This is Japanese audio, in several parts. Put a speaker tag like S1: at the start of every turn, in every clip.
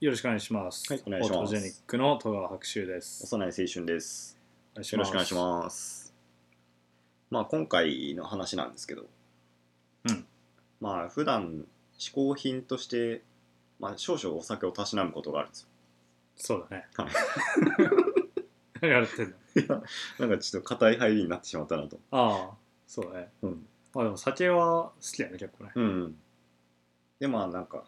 S1: よろしくお願いします。
S2: はいお願いしま
S1: フ
S2: す
S1: ォトジェニックの戸川白秋です。
S2: 幼い青春です。
S1: お願い
S2: よろしくお願いします。まあ今回の話なんですけど、
S1: うん
S2: まあ普段嗜好品として、まあ、少々お酒をたしなむことがあるんです
S1: す。そうだね。
S2: はい
S1: 何やってんの
S2: よ。なんかちょっと硬い入りになってしまったなと。
S1: ああ、そうだね。
S2: うん。
S1: まあでも酒は好きだね、結構ね。
S2: うん、でまあなんか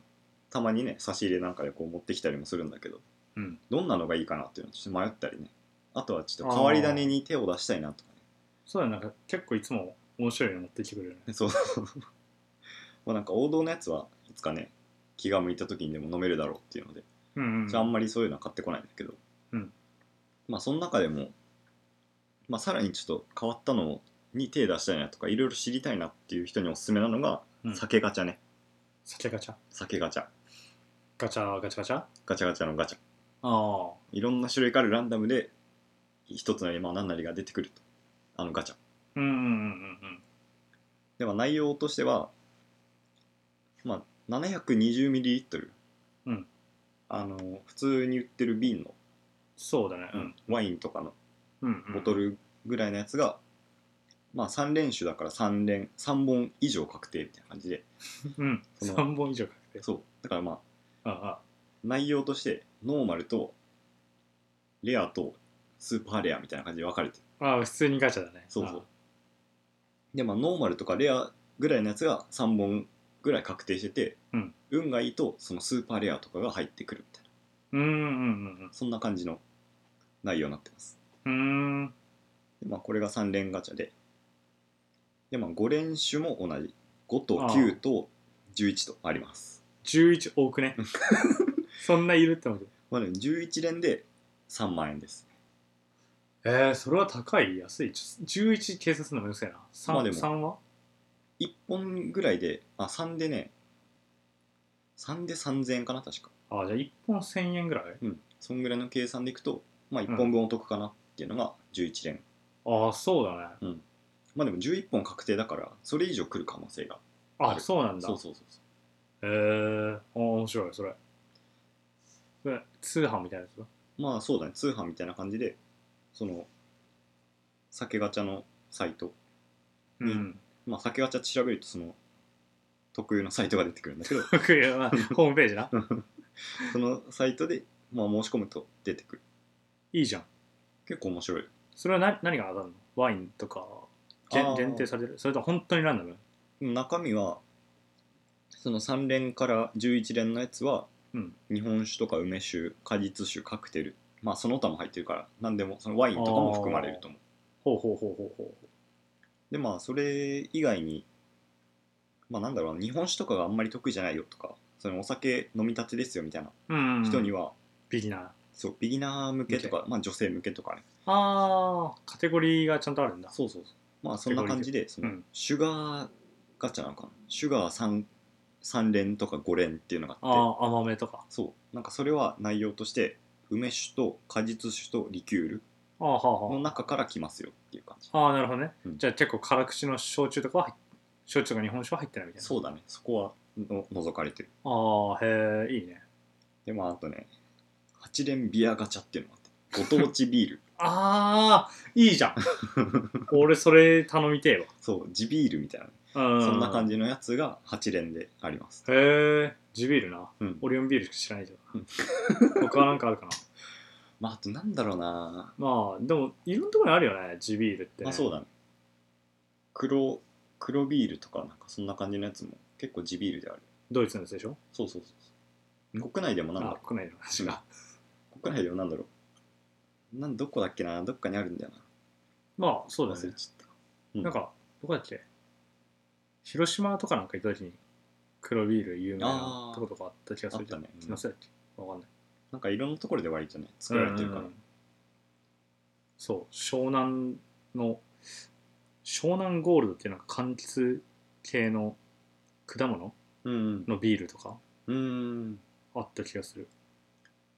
S2: たまにね差し入れなんかでこう持ってきたりもするんだけど、
S1: うん
S2: どんなのがいいかなっていうのをちょっと迷ったりね。あとはちょっと変わり種に手を出したいなとかね。
S1: そうだね、なんか結構いつも面白いの持ってきてくれるね。
S2: そう そうそう。まあなんか王道のやつはいつかね、気が向いた時にでも飲めるだろうっていうので、
S1: うん、うん。
S2: じゃああんまりそういうのは買ってこないんだけど、
S1: うん
S2: まあその中でも、まあさらにちょっと変わったのに手出したいなとか、いろいろ知りたいなっていう人におすすめなのが
S1: うん、
S2: 酒ガチャね。
S1: 酒ガチャ。
S2: 酒ガチャ。
S1: ガチャガチャガチャあ
S2: ガチャガチャのガチャ。
S1: あ。
S2: いろんな種類からランダムで、一つのまあ何なりが出てくると。あのガチャ。
S1: うんうんうんうん
S2: では内容としては、まあ、720ml、
S1: うん
S2: あの普通に売ってる瓶の、
S1: そうだね。うん。
S2: ワインとかの
S1: うん、
S2: ボト。ルぐらいのやつが、まあ、3連酒だから3連3本以上確定みたいな感じで
S1: うん。
S2: その
S1: 3本以上かけて。
S2: そうだからまあ
S1: ああ。
S2: 内容としてノーマルとレアとスーパーレアみたいな感じで分かれてる
S1: ああ、普通にガチャだね。
S2: そうそうでまあノーマルとかレアぐらいのやつが3本ぐらい確定してて、
S1: うん
S2: 運がいいとそのスーパーレアとかが入ってくるみたいな。
S1: うん。うんうん
S2: そんな感じの内容になってます。
S1: うんうん。うーん。
S2: でまあ、これが3連ガチャで、でまあ、5連種も同じ。5と9と11とあります。
S1: 11多くね。 そんないるってこと
S2: まあね、11連で3万円です。
S1: えー、それは高い安いちょ11警察のもよせえな 3,、
S2: まあでも
S1: 3は
S2: 1本ぐらいで、あ、3でね、3で3000円かな、確か。
S1: あーじゃあ1本1000円ぐらい
S2: うん。そんぐらいの計算でいくと、まあ、1本分お得かなっていうのが11連。
S1: ああそうだね
S2: まあでも11本確定だから、それ以上来る可能性が。あ
S1: あ
S2: る
S1: そうなんだ
S2: そうそうそうそう。
S1: へえー、あー面白いそれそれ通販みたいなやつだ
S2: まあそうだね、通販みたいな感じで、その、酒ガチャのサイト、
S1: うん、
S2: まあ酒ガチャって調べるとその、特有のサイトが出てくるんだけど、
S1: 僕 はホームページな
S2: そのサイトで、まあ申し込むと出てくる。
S1: いいじゃん
S2: 結構面白い。
S1: それは何何が当たるのワインとか限
S2: あー
S1: 限定されてるそれとも本当にランダム
S2: 中身は、その3連から11連のやつは、
S1: うん
S2: 日本酒とか梅酒、果実酒、カクテル、まあその他も入ってるから、何でも、そのワインとかも含まれると思う。
S1: ほうほうほうほうほう
S2: でまあそれ以外にまあなんだろうな日本酒とかがあんまり得意じゃないよとかそのお酒飲みたてですよみたいな
S1: うん、うん、
S2: 人には、
S1: ビギナー
S2: そうビギナー向けとか、まあ、女性向けとかね
S1: ああカテゴリーがちゃんとあるんだ
S2: そうそうそうまあそんな感じでその、
S1: うん
S2: シュガーガチャなのかなシュガー 3, 3連とか5連っていうのが
S1: あ
S2: あって
S1: あ甘めとか
S2: そうなんかそれは内容として梅酒と果実酒とリキュール
S1: ああはあはあ
S2: の中から来ますよっていう感じ
S1: ああなるほどね、
S2: うん
S1: じゃあ結構辛口の焼酎とかは入っ焼酎とか日本酒は入ってないみたいな
S2: そうだねそこはの除かれてる
S1: ああへえいいね
S2: でまああとね8連ビアガチャっていうのもあってご当地ビール
S1: ああいいじゃん俺それ頼みてえ
S2: そう地ビールみたいな、
S1: わ
S2: そんな感
S1: じ
S2: じのやつが8連であります、
S1: へえ地ビールな
S2: うん
S1: オリオンビールしか知らないけどな他はなんかあるかな
S2: まああとなんだろうな、
S1: まあでもいろんなところにあるよね地ビールって、
S2: まあそう
S1: だ
S2: だね黒黒ビールとかなんかそんな感じのやつも結構地ビールである
S1: ドイツのやつでしょ
S2: そうそうそうそう国内でもなんだ
S1: あ
S2: ろ
S1: 国内の話が
S2: う国内でもなんだろうなんどこだっけなどっかにあるんだよな
S1: まあそうだ
S2: 忘れ
S1: ね
S2: ちゃった、うん
S1: なんかどこだっけ広島とかなんか行った時に黒ビール有名なとことかあった気がするじゃん、
S2: あーあったね
S1: 気のせいだっけわかんない
S2: なんかいろんなところで割とね作られてるから、
S1: うんそう湘南の湘南ゴールドっていうなんか柑橘系の果物
S2: うん
S1: のビールとか
S2: うん、うん
S1: あった気がする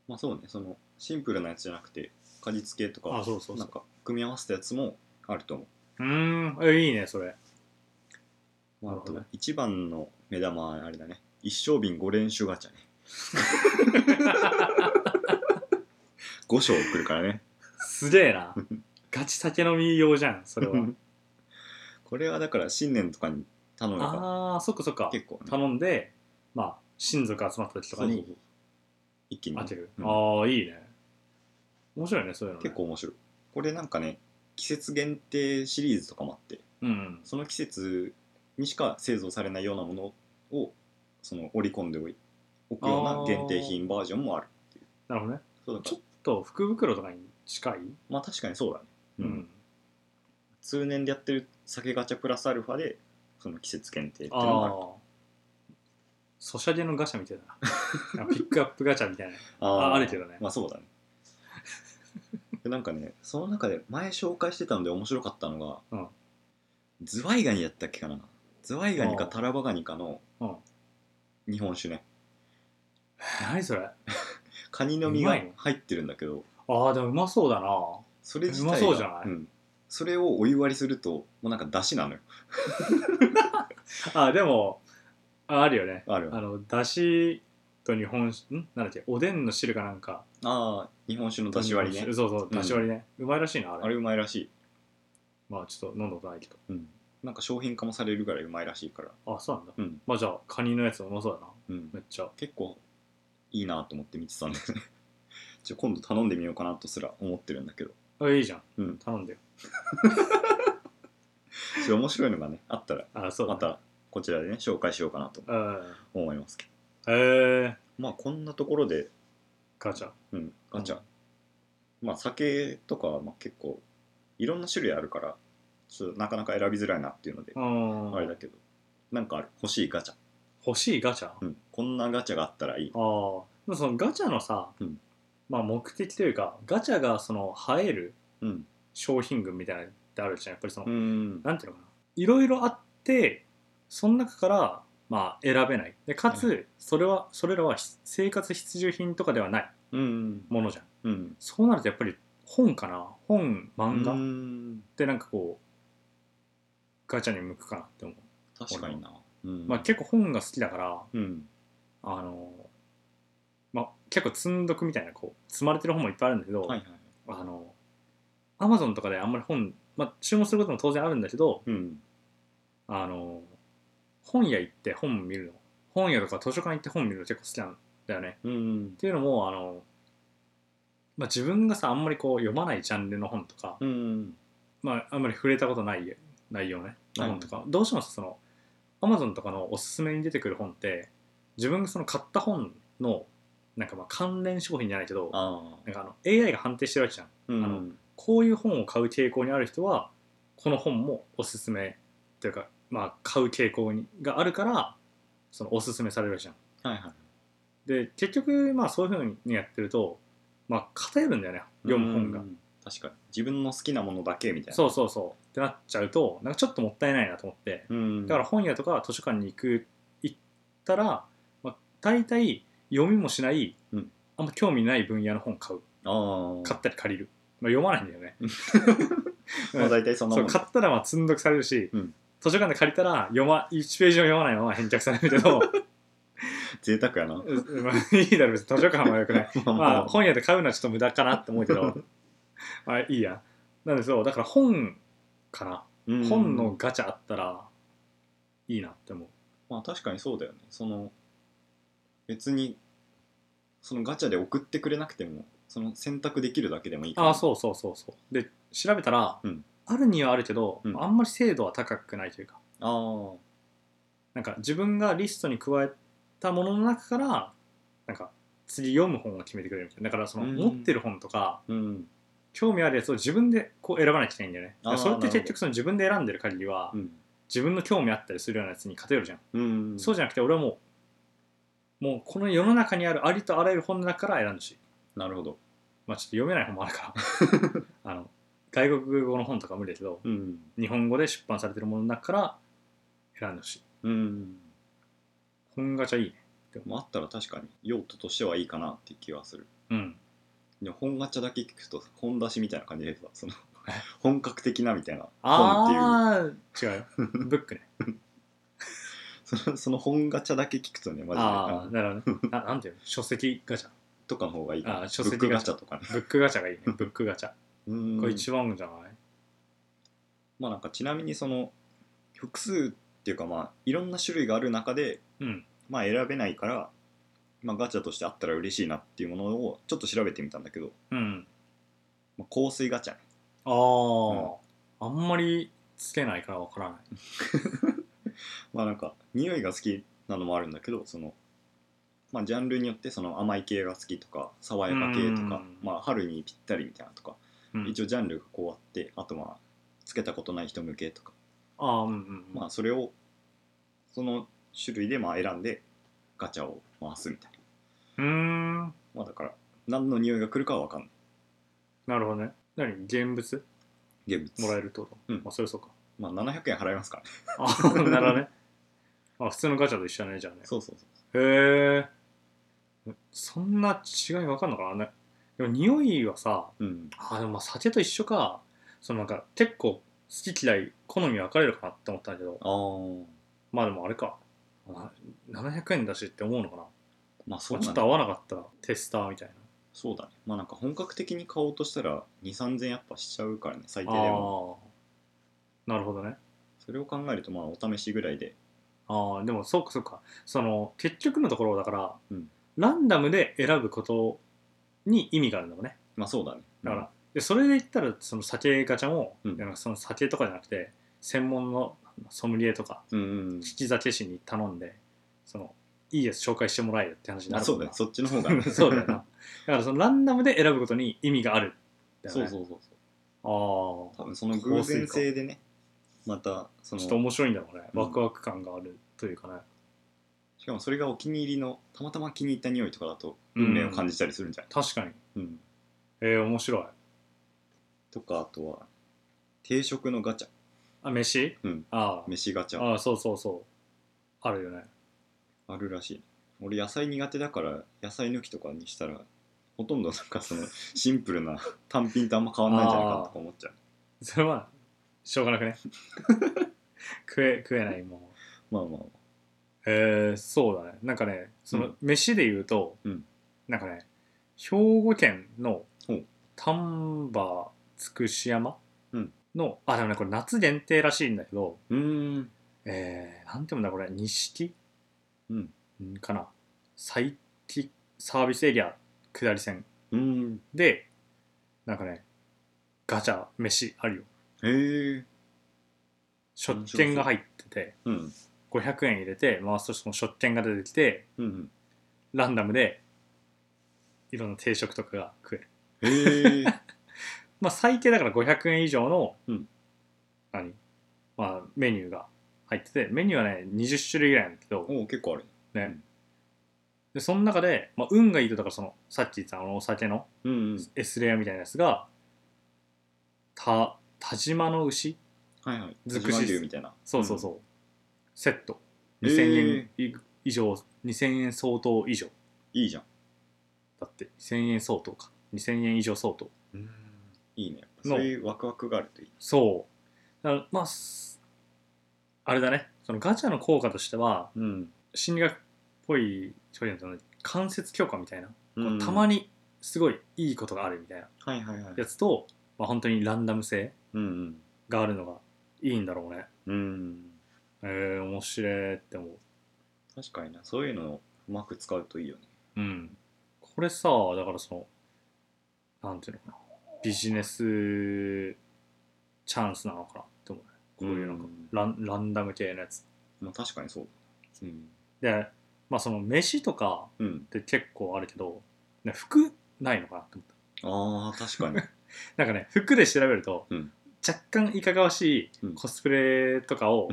S2: まあそうね、そのシンプルなやつじゃなくて、果実系とか、
S1: あそうそうそう
S2: なんか組み合わせたやつもあると思
S1: うーんえいいねそれ
S2: う。
S1: なるほどね
S2: あと一番の目玉はあれだね、一升瓶5連酒ガチャね。 5章送るからね。
S1: すげえな。ガチ酒飲み用じゃん、そ れは。
S2: これはだから新年とかに頼むか。。
S1: ああ、そっかそっから
S2: 結構ね、
S1: 頼んで、まあ、親族集まった時とか
S2: そうそうそ
S1: に
S2: う一気に
S1: 当てる。
S2: うん
S1: ああ、いいね。面白いね、そういうの、ね。
S2: 結構。面白い。これなんかね、季節限定シリーズとかもあって、
S1: うん。
S2: その季節にしか製造されないようなものをその織り込んでおいおくよう
S1: あ
S2: な
S1: ー
S2: 限定品バージョンもある。
S1: なるほどね。
S2: そうだか
S1: ち
S2: ら
S1: ょっと福袋とかに近い、
S2: まあ確かにそうだね。
S1: う
S2: うん
S1: ん、
S2: 通年でやってる酒ガチャプラスアルファでその季節限定っていう
S1: あ
S2: のがある
S1: あ。ソシャゲのガチャみたい な。ピックアップガチャみたいな。
S2: あ
S1: あ
S2: ー
S1: あるけどね
S2: まあそう だねでなんかねその中で前紹介してたので面白かったのが、
S1: うん
S2: ズワイガニやったっけかなズワイガニか
S1: あー
S2: タラバガニかの
S1: うん。
S2: 日本酒ね
S1: 何それあ
S2: カニの身
S1: うま
S2: が
S1: いの
S2: 入ってるんだけど
S1: あ、でもうまそうだな。
S2: それ自
S1: う
S2: 体
S1: ま
S2: が
S1: そうじゃない
S2: んそれをお湯割りするともうなんか出汁なのよ
S1: あ、でも、ああるよね。
S2: ある
S1: あの、だしと日本酒、んなんだっけ、おでんの汁かなんか。
S2: ああ日本酒の出汁割りね
S1: そうそう、
S2: うん
S1: だし割りね。うまいらしいな、あれ。
S2: あれうまいらしい、
S1: まあ、ちょっと飲んだことないけど。
S2: うん、なんか商品化もされるぐらいうまいらしいから
S1: あ、そうなんだ。
S2: うん、
S1: まあ、じゃあ、カニのやつうまそうだな。
S2: うん、
S1: めっちゃ。
S2: 結構いいなと思って見てたんで ちょ今度頼んでみようかなとすら思ってるんだけど、
S1: あ、いいじゃん。
S2: うん、
S1: 頼んでよ。
S2: ちょ面白いのがねあったら
S1: あ、そうだ、
S2: ま
S1: ね。
S2: たこちらでね紹介しようかなと
S1: うん。
S2: 思いますけど
S1: へえ。
S2: まあこんなところで、
S1: ガチャ。
S2: うん、ガチャ、
S1: うん
S2: まあ酒とかはまあ結構いろんな種類あるからちょっとなかなか選びづらいなっていうので、
S1: うん。
S2: あれだけどなんかある欲しいガチャ、
S1: 欲しいガチャ、
S2: うん、こんなガチャがあったらいい
S1: ああでもそのガチャのさ、
S2: うん
S1: まあ、目的というかガチャがその映える
S2: うん
S1: 商品群みたいなのってあるじゃんやっぱりその、
S2: うん
S1: なんていうのかないろいろあってその中からまあ選べないでか
S2: う
S1: つそれはそれらは必生活必需品とかではない
S2: うん
S1: ものじゃん
S2: うん
S1: そうなるとやっぱり本かな本漫画
S2: う
S1: っ
S2: ん
S1: てなんかこうガチャに向くかなって思う、
S2: 確かにな、うん
S1: まあ結構本が好きだから
S2: うん
S1: あのまあ、結構積んどくみたいなこう積まれてる本もいっぱいあるんだけど、
S2: はいはいはい
S1: あのアマゾンとかであんまり本、まあ、注文することも当然あるんだけど
S2: うん
S1: あの本屋行って本見るの本屋とか図書館行って本見るの結構好きなんだよね
S2: うん
S1: っていうのもあの、まあ、自分がさあんまりこう読まないジャンルの本とか、
S2: うん
S1: まあ、あんまり触れたことない内容ね
S2: はい
S1: 本とか、どうしてもさそのアマゾンとかのおすすめに出てくる本って自分がその買った本のなんかまあ関連商品じゃないけど
S2: あ
S1: なんかあの AI が判定してるわけじゃん
S2: あの
S1: こういう本を買う傾向にある人はこの本もおすすめというか、まあ、買う傾向にがあるからそのおすすめされるじゃん。
S2: はいはい
S1: で結局まあそういうふうにやってると、まあ、偏るんだよね読む本が。
S2: うん確かに自分の好きなものだけみたいな
S1: そうそうそうってなっちゃうとなんかちょっともったいないなと思って
S2: うん
S1: だから本屋とか図書館に行く行ったら、まあ、大体読みもしない、
S2: うん
S1: あんま興味ない分野の本買う
S2: あ
S1: 買
S2: あ
S1: ったり借りる、まあ、読まないんだよね
S2: まあ大体そんな
S1: そ
S2: も
S1: うん買ったらまあ積んどくされるし、
S2: うん
S1: 図書館で借りたら読、ま、1ページも読まないまま返却されるけど
S2: 贅沢やな
S1: う まあいいだろ別に図書館はよくない、
S2: まあ
S1: まあ、本屋で買うのはちょっと無駄かなって思うけど まあいいやなんでそうだから本かな、
S2: うん
S1: 本のガチャあったらいいなって思う
S2: まあ確かにそうだよねその別にそのガチャで送ってくれなくてもその選択できるだけでもいいから
S1: ああそうそうそうそうで調べたら、
S2: うん
S1: あるにはあるけど、
S2: うん
S1: あんまり精度は高くないというか
S2: あー
S1: なんか自分がリストに加えたものの中からなんか次読む本を決めてくれるみたいなだからその
S2: うん
S1: 持ってる本とか、
S2: うん
S1: 興味あるやつを自分でこう選ばなきゃいけないんだよねだから
S2: あー
S1: それって
S2: なるほど
S1: 結局その自分で選んでる限りは、
S2: うん
S1: 自分の興味あったりするようなやつに偏るじゃん、
S2: うん
S1: そうじゃなくて俺はもうもうこの世の中にあるありとあらゆる本の中から選んでほしい
S2: なるほど
S1: まあちょっと読めない本もあるから あの外国語の本とか無理だけど
S2: うん
S1: 日本語で出版されてるものの中から選んでほしい
S2: うん
S1: 本ガチャいいね
S2: まああったら確かに用途としてはいいかなって気はする
S1: うん
S2: でも本ガチャだけ聞くと本出しみたいな感じでさその本格的なみたいな本っていう
S1: ああー違うよブックね
S2: そのその本ガチャだけ聞くとね、 マジで
S1: あ
S2: あ
S1: あ
S2: の
S1: なるほどねななんていうの書籍ガチャ
S2: とかの方がいいかな。
S1: あー
S2: ブ
S1: 書籍
S2: ックガチャとかね。
S1: ブックガチャ がいいねブックガチャ
S2: うーん
S1: これ一番じゃない
S2: まあなんかちなみにその複数っていうかまあいろんな種類がある中で
S1: うん
S2: まあ選べないから、まあ、ガチャとしてあったら嬉しいなっていうものをちょっと調べてみたんだけど、
S1: うん
S2: まあ、香水ガチャね
S1: ああ、あんまりつけないからわからない
S2: まあなんか匂いが好きなのもあるんだけどそのまあジャンルによってその甘い系が好きとか爽やか系とか
S1: うん
S2: まあ春にぴったりみたいなとか、
S1: うん
S2: 一応ジャンルがこうあってあとまあつけたことない人向けとか、
S1: ああうんうん
S2: まあそれをその種類でまあ選んでガチャを回すみたいな
S1: うーん
S2: まあだから何の匂いが来るかは分かんない
S1: なるほどね何現物
S2: 現物
S1: もらえるってこと
S2: うん
S1: まあそれそうか
S2: まあ700円払いますからね
S1: ああなるほどねあ普通のガチャと一緒だねじゃあね
S2: そうそうそう
S1: へえそんな違いわかんのかなねでも匂いはさ
S2: うん
S1: あでもまあ酒と一緒かそのなんか結構好き嫌い好み分かれるかなって思ったんだけど
S2: ああ
S1: まあでもあれかあ700円だしって思うのかな、
S2: まあそう
S1: まあちょ
S2: だね
S1: っと合わなかったらテスターみたいな
S2: そうだねまあなんか本格的に買おうとしたら23000やっぱしちゃうからね最
S1: あ
S2: 低
S1: あ
S2: でも
S1: なるほどね
S2: それを考えるとまあお試しぐらいで
S1: ああでもそうかそうかその結局のところだから、
S2: うん
S1: ランダムで選ぶことに意味があるんだもんね
S2: まあそうだね
S1: だから、でそれで言ったらその酒ガチャも、
S2: うん
S1: なんかその酒とかじゃなくて専門のソムリエとか
S2: うん、うんうん
S1: 引き酒師に頼んでそのいいやつ紹介してもらえよって話に
S2: ま
S1: な
S2: あ
S1: る
S2: そう
S1: もん
S2: だ
S1: な
S2: ねそっちの方が
S1: そうだよなだからそのランダムで選ぶことに意味があるだよ
S2: そう
S1: ね
S2: そうそう
S1: ああ
S2: 多分その偶然性でねまたそ
S1: ちょ
S2: の
S1: っと面白いんだろうね、
S2: うん
S1: ワクワク感があるというかね
S2: しかもそれがお気に入りのたまたま気に入った匂いとかだと運命を感じたりするんじゃない、
S1: 確かに
S2: うん
S1: えー、面白い
S2: とかあとは定食のガチャ
S1: あ飯、
S2: うん
S1: ああ
S2: 飯ガチャ
S1: ああそうそうそうあるよね
S2: あるらしい俺野菜苦手だから野菜抜きとかにしたらほとんどなんかそのシンプルな単品とあんま変わんないんじゃないかなとか思っちゃう
S1: それはしょうがなく ね食え食えないもん
S2: まあまあまあ
S1: えー、そうだねなんかねその、
S2: うん
S1: 飯で言うと、
S2: うん
S1: なんかね兵庫県の
S2: ほう
S1: 丹波つくし山
S2: うん
S1: の、あでもねこれ夏限定らしいんだけど
S2: うーん
S1: えー、なんていうんだこれ錦
S2: うん
S1: んかな最適サービスエリア下り線
S2: うーん
S1: でなんかねガチャ飯あるよ
S2: へえ
S1: 食券が入ってて
S2: うん
S1: 500円入れて回すとその食券が出てきて
S2: うんうん
S1: ランダムでいろんな定食とかが食える
S2: へえ
S1: まあ最低だから500円以上の、
S2: うん
S1: 何まあメニューが入っててメニューはね20種類ぐらいなんだけど
S2: おお結構ある
S1: ねでその中で、まあ、運がいいとだからそのさっき言ったあのお酒の
S2: うんうん
S1: S レアみたいなやつがた田島の牛
S2: はいはい
S1: 尽くし
S2: 自慢牛みたいな
S1: そうそうそう、セット
S2: へー
S1: 2000円い以上、2000円相当以上
S2: うんいいじゃん
S1: だって1000円相当か2000円以上相当
S2: いいねやっぱ
S1: の
S2: そういうワクワクがあるといい
S1: そうだからまあすあれだねそのガチャの効果としては
S2: うん
S1: 心理学っぽい表現だとね関節強化みたいな、
S2: うん
S1: たまにすごいいいことがあるみたいな
S2: はいはいはい
S1: やつと、まあ、本当にランダム性
S2: うん
S1: があるのがいいんだろうね
S2: うんうん
S1: えー、面白いって思う
S2: 確かになそういうのをうまく使うといいよね
S1: うんこれさだからそのなんていうのかなビジネスチャンスなのかなって思うねこういうなんか
S2: ん
S1: ランランダム系のやつ
S2: まあ確かにそうだうん
S1: でまあその飯とか
S2: うん
S1: って結構あるけど、ね、服ないのかなって思っ
S2: ああ確か に
S1: たなんかね服で調べると、
S2: うん
S1: 若干いかがわし
S2: う
S1: い
S2: ん
S1: コスプレとか を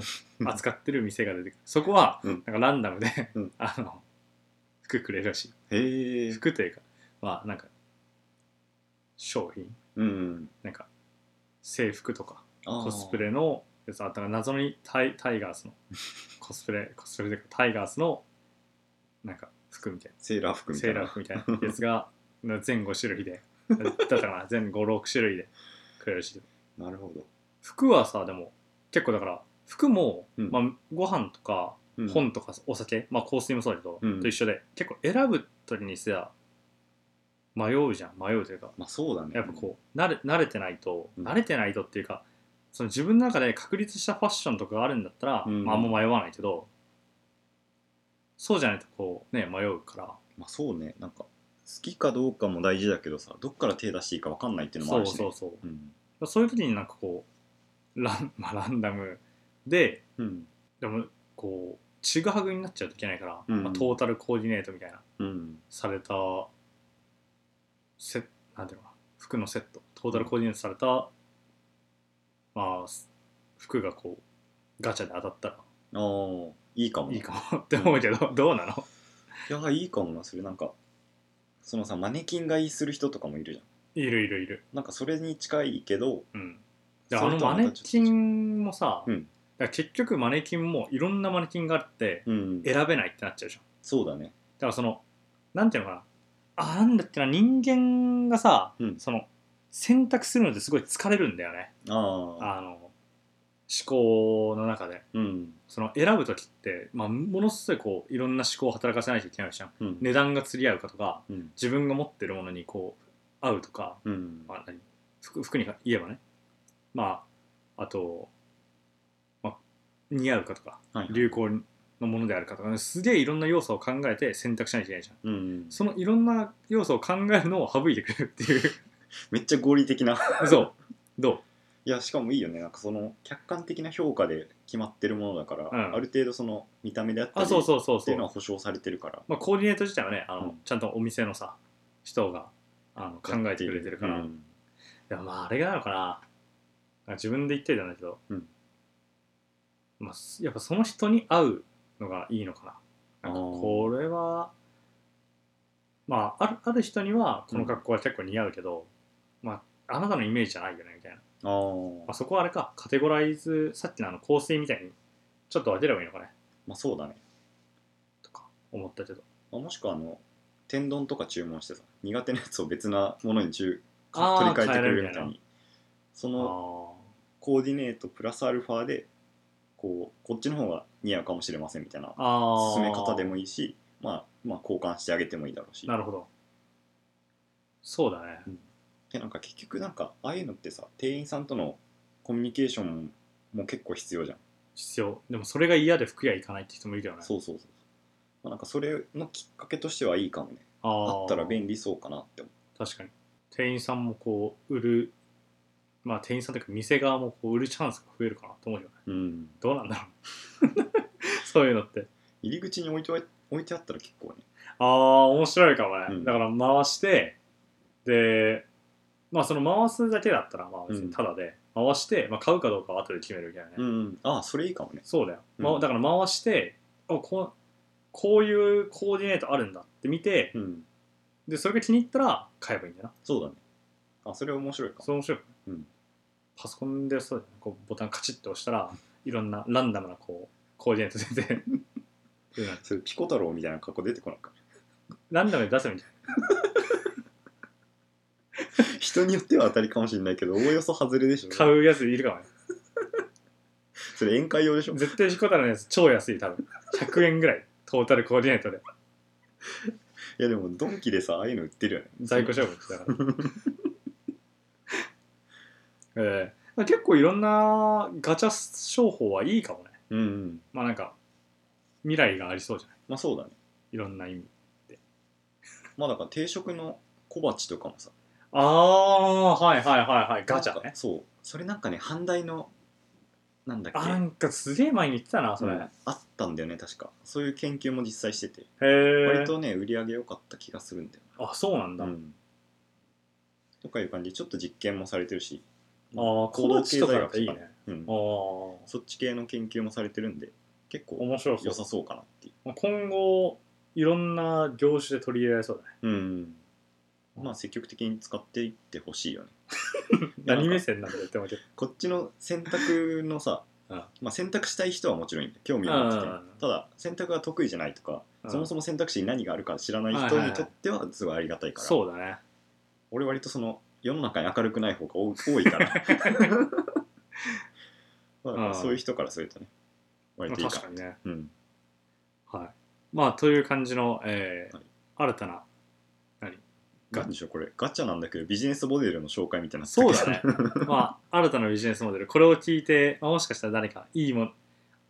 S1: 扱ってる店が出てくるそこは
S2: う
S1: なん
S2: ん
S1: かランダムで、
S2: うん
S1: あの服くれるらしい
S2: へえ。
S1: 服というかまあなんか商品
S2: うん。
S1: なんか制服とか
S2: コ
S1: コスプ。レのやつあったから謎にタイタイガース のコスプレコスプレというかタイガースのなんか服みたい
S2: セーラー服
S1: な
S2: みた
S1: セ
S2: い
S1: ーラー
S2: な。
S1: 服みたいなやつ がな全5種類でだったかな全56種類でくれるし
S2: なるほど。
S1: 服はさでも結構だから服も、
S2: うん
S1: まあ、ご飯とか
S2: うん
S1: 本とかお酒、まあ、香水もそうだけど、
S2: うん
S1: と一緒で結構選ぶ時にさ迷うじゃん迷うというか
S2: まあそうだね
S1: やっぱこう慣れ慣れてないと、
S2: うん
S1: 慣れてないとっていうかその自分の中で確立したファッションとかがあるんだったら、
S2: うん
S1: まあ、あんま迷わないけどそうじゃないとこうね迷うから
S2: まあそうねなんか好きかどうかも大事だけどさどっから手出していいか分かんないっていうのも
S1: そう
S2: あるし、ね、
S1: そうそう
S2: うん、
S1: そういう時になんかこうラン,、 まあ、ランダムで
S2: うん
S1: でもこうちぐはぐになっちゃうといけないから、
S2: うん
S1: まあ、トータルコーディネートみたいな
S2: うん、
S1: されたせなんていうのかな服のセットトータルコーディネートされた、まあす服がこうガチャで当たったら
S2: ああいいかも
S1: いいかもって思うけど、どうなの
S2: いやいいかもなそれなんかそのさマネキン買いする人とかもいるじゃん
S1: いるいるいる
S2: なんかそれに近いけど
S1: うんであ
S2: そ
S1: の
S2: れとは
S1: マ
S2: また
S1: ネ
S2: ちょっと
S1: キンもさ、
S2: うん
S1: だから結局マネキンもいろんなマネキンがあって
S2: うん
S1: 選べないってなっちゃうじゃん
S2: そうだね
S1: だからそのなんていうのかなあなんだっけな人間がさ、
S2: うん
S1: その選択するのってすごい疲れるんだよね
S2: ああ
S1: あの思考の中で
S2: うん
S1: その選ぶ時って、まあ、ものすごいこういろんな思考を働かせないといけないじゃん
S2: うん
S1: 値段が釣り合うかとか
S2: うん
S1: 自分が持ってるものにこう合うとか、
S2: うん
S1: まあ、何服服に言えばねまああと、まあ、似合うかとか
S2: はいはい
S1: 流行のものであるかとか、すげえいろんな要素を考えて選択しないといけないじゃん
S2: うん
S1: そのいろんな要素を考えるのを省いてくれるって いう
S2: めっちゃ合理的な
S1: そうど
S2: いやしかもいいよねなんかその客観的な評価で決まってるものだから、
S1: うん
S2: ある程度その見た目であっ
S1: う
S2: た
S1: あ
S2: り
S1: そうそうそう
S2: っ
S1: そ
S2: ていううのは保証されてるから
S1: まあ、コーディネート自体はねあの、
S2: うん
S1: ちゃんとお店のさ人があの考えてくれてるから、
S2: うん
S1: でもまああれがなのかななんか自分で言ってたんだけど、
S2: うん
S1: まあ、すやっぱその人に合うのがいいのかななんか
S2: あー
S1: これはまああるある人にはこの格好は結構似合うけど、まああなたのイメージじゃないよねみたいな、
S2: あー
S1: まあ、そこはあれかカテゴライズさっきのあの香水みたいにちょっと分ければいいのかね
S2: まあそうだね、
S1: とか思ったけど
S2: まあ、もしくはあの天丼とか注文してさ苦手なやつを別なものに中
S1: あー
S2: 取り替えてく
S1: 変え
S2: れる
S1: るみた
S2: みた
S1: い
S2: い
S1: な
S2: にそ
S1: あ
S2: の
S1: ー
S2: コーディネートプラスアルファでこうこっちの方が似合うかもしれませんみたいな
S1: あー
S2: 進め方でもいいしまあまあ交換してあげてもいいだろうし
S1: なるほどそうだね
S2: でなんか結局なんかああいうのってさ店員さんとのコミュニケーションも結構必要じゃん、
S1: 必要でもそれが嫌で服屋行かないって人もいるよね
S2: そうそうそう、まあ、なんかそれのきっかけとしてはいいかもね
S1: あー
S2: あったら便利そうかなって思
S1: 確かに店員さんもこう売るまあ店員さんというか店側もこう売るチャンスが増えるかなと思うよね
S2: う、うん、
S1: どうなんだろう そういうのって
S2: 入り口に置いておい置いてあったら結構ね
S1: ああ面白いかもね、
S2: うん
S1: だから回してでまあその回すだけだったらまあ別にタダで、回して、まあ、買うかどうかは後で決めるみたいなね、
S2: うんああそれいいかもね
S1: そうだよ、ま
S2: うん
S1: だから回してあこうこういうコーディネートあるんだって見て、
S2: うん
S1: でそれが気に入ったら買えばいいんだよな
S2: そうだねあそれ面白いかも
S1: それ面白いよね、
S2: うん
S1: パソコンでそうだよねこうボタンカチッと押したらいろんなランダムなこうコーディネート出てうん
S2: それピコ太郎みたいな格好出てこないか
S1: ランダムで出せみたい
S2: ら 人によっては当たりかもしれないけどおおよそ外れでしょ
S1: な買うやついるかもね
S2: それ宴会用でしょ
S1: 絶対ヒコタロのやつ超安い多分100円ぐらいトータルコーディネートで
S2: いやでもドンキでさああいうの売ってるよね
S1: 在庫処分だから ええ結構いろんなガチャ商法はいいかもね
S2: うん、うん、
S1: まあなんか未来がありそうじゃない
S2: まあそうだね
S1: いろんな意味
S2: まあだから定食の小鉢とかもさ
S1: ああはいはいはいはいガチャ
S2: なん
S1: ね
S2: かそうそれなんかね阪大のなんだっけ
S1: あなんかすげえ前に言ってたなそれ、
S2: うん
S1: へ
S2: あったんだよね確かそういう研究も実際してて割
S1: え
S2: とね売り上げ良かった気がするんだよ
S1: あそうなんだ、
S2: な、うんとかいう感じでちょっと実験もされてるし、
S1: ああ
S2: 行
S1: 小
S2: 動
S1: 鉢
S2: 経
S1: と
S2: 済
S1: か
S2: 学
S1: だといいね
S2: う
S1: ああ、
S2: ん
S1: 面
S2: そっち系の研究もされてるんで結構
S1: 白そう
S2: 良さそうかなってい
S1: 今後いろんな業種で取り入れられそうだね
S2: ううんまあ積極的に使っていってほしいよねや
S1: 何目線なんだよって思うけど
S2: こっちの選択のさ
S1: うん
S2: まあ選択したい人はもちろんいいんだよ興味を持ってて
S1: うん
S2: ただ選択が得意じゃないとか
S1: うん
S2: そもそも選択肢に何があるか知らない
S1: はいは
S2: 人
S1: いは
S2: に
S1: い
S2: とってはすごいありがたいから、
S1: そうだね
S2: 俺割とその世の中に明るくない方が多多いか らまあ
S1: うん
S2: そういう人からするとね割
S1: まあ
S2: といい
S1: 確
S2: か
S1: かにね
S2: うん
S1: はい。まあ、という感じの、えー
S2: はい
S1: 新たな、何
S2: ガチでしょこれガチャなんだけどビジネスモデルの紹介みたいになってた
S1: そ
S2: け
S1: う
S2: ど
S1: だ ね。まあ、新たなビジネスモデル。これを聞いて、まあもしかしたら誰かいいもん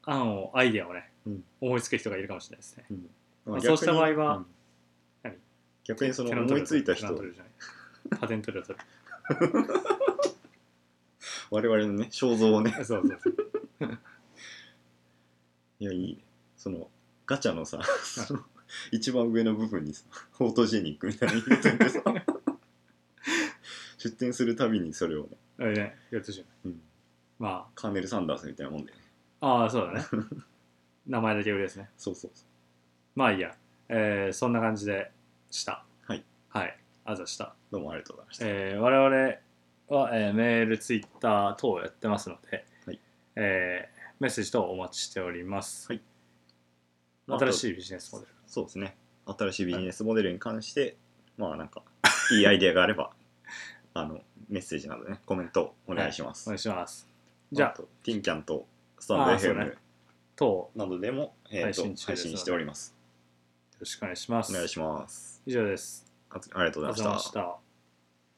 S1: 案を、アイデアをね、
S2: うん
S1: 思いつく人がいるかもしれないですね。
S2: うん
S1: まあ
S2: 逆
S1: そう
S2: に
S1: した場合は
S2: ん
S1: 何
S2: 逆にその
S1: 手の取
S2: 思い
S1: りを
S2: ついた
S1: 手
S2: 人
S1: の取りじゃないパテント料取る。
S2: 我々のね肖像をね
S1: そうそうそう。
S2: いやいいねそのガチャのさその一番上の部分にさフォートジェニックみたいなの入れとい てさ出店するたびにそれをね、
S1: あれね、やるとじゃない。
S2: うん
S1: ま
S2: カーネル・サンダースみたいなもんでね
S1: あ、ああ、そうだね。 名前だけ売りですね。
S2: そうそうそ
S1: まあいいや。えーそんな感じでした。
S2: はい。
S1: はい。あざした。
S2: うどうもありがとうございました、
S1: えー我々は、えーメール、ツイッター等をやってますので、
S2: はい
S1: えーメッセージ等をお待ちしております。
S2: はい
S1: 新し
S2: い
S1: いビジネスモデル。
S2: そうですね新しいビジネスモデルに関して、まあなんかいいアイデアがあればあのメッセージなどねコメントをお願いします、
S1: お願いします。じゃあ、
S2: とティンキャンとスタン
S1: あ
S2: ド
S1: そうね
S2: FM
S1: 等
S2: などでも、えー
S1: 配
S2: と
S1: 信中
S2: 配
S1: です
S2: 信しております
S1: よろしくお願いします。
S2: お願いします
S1: 以上です。
S2: あありがとうございました
S1: ありがとうございました。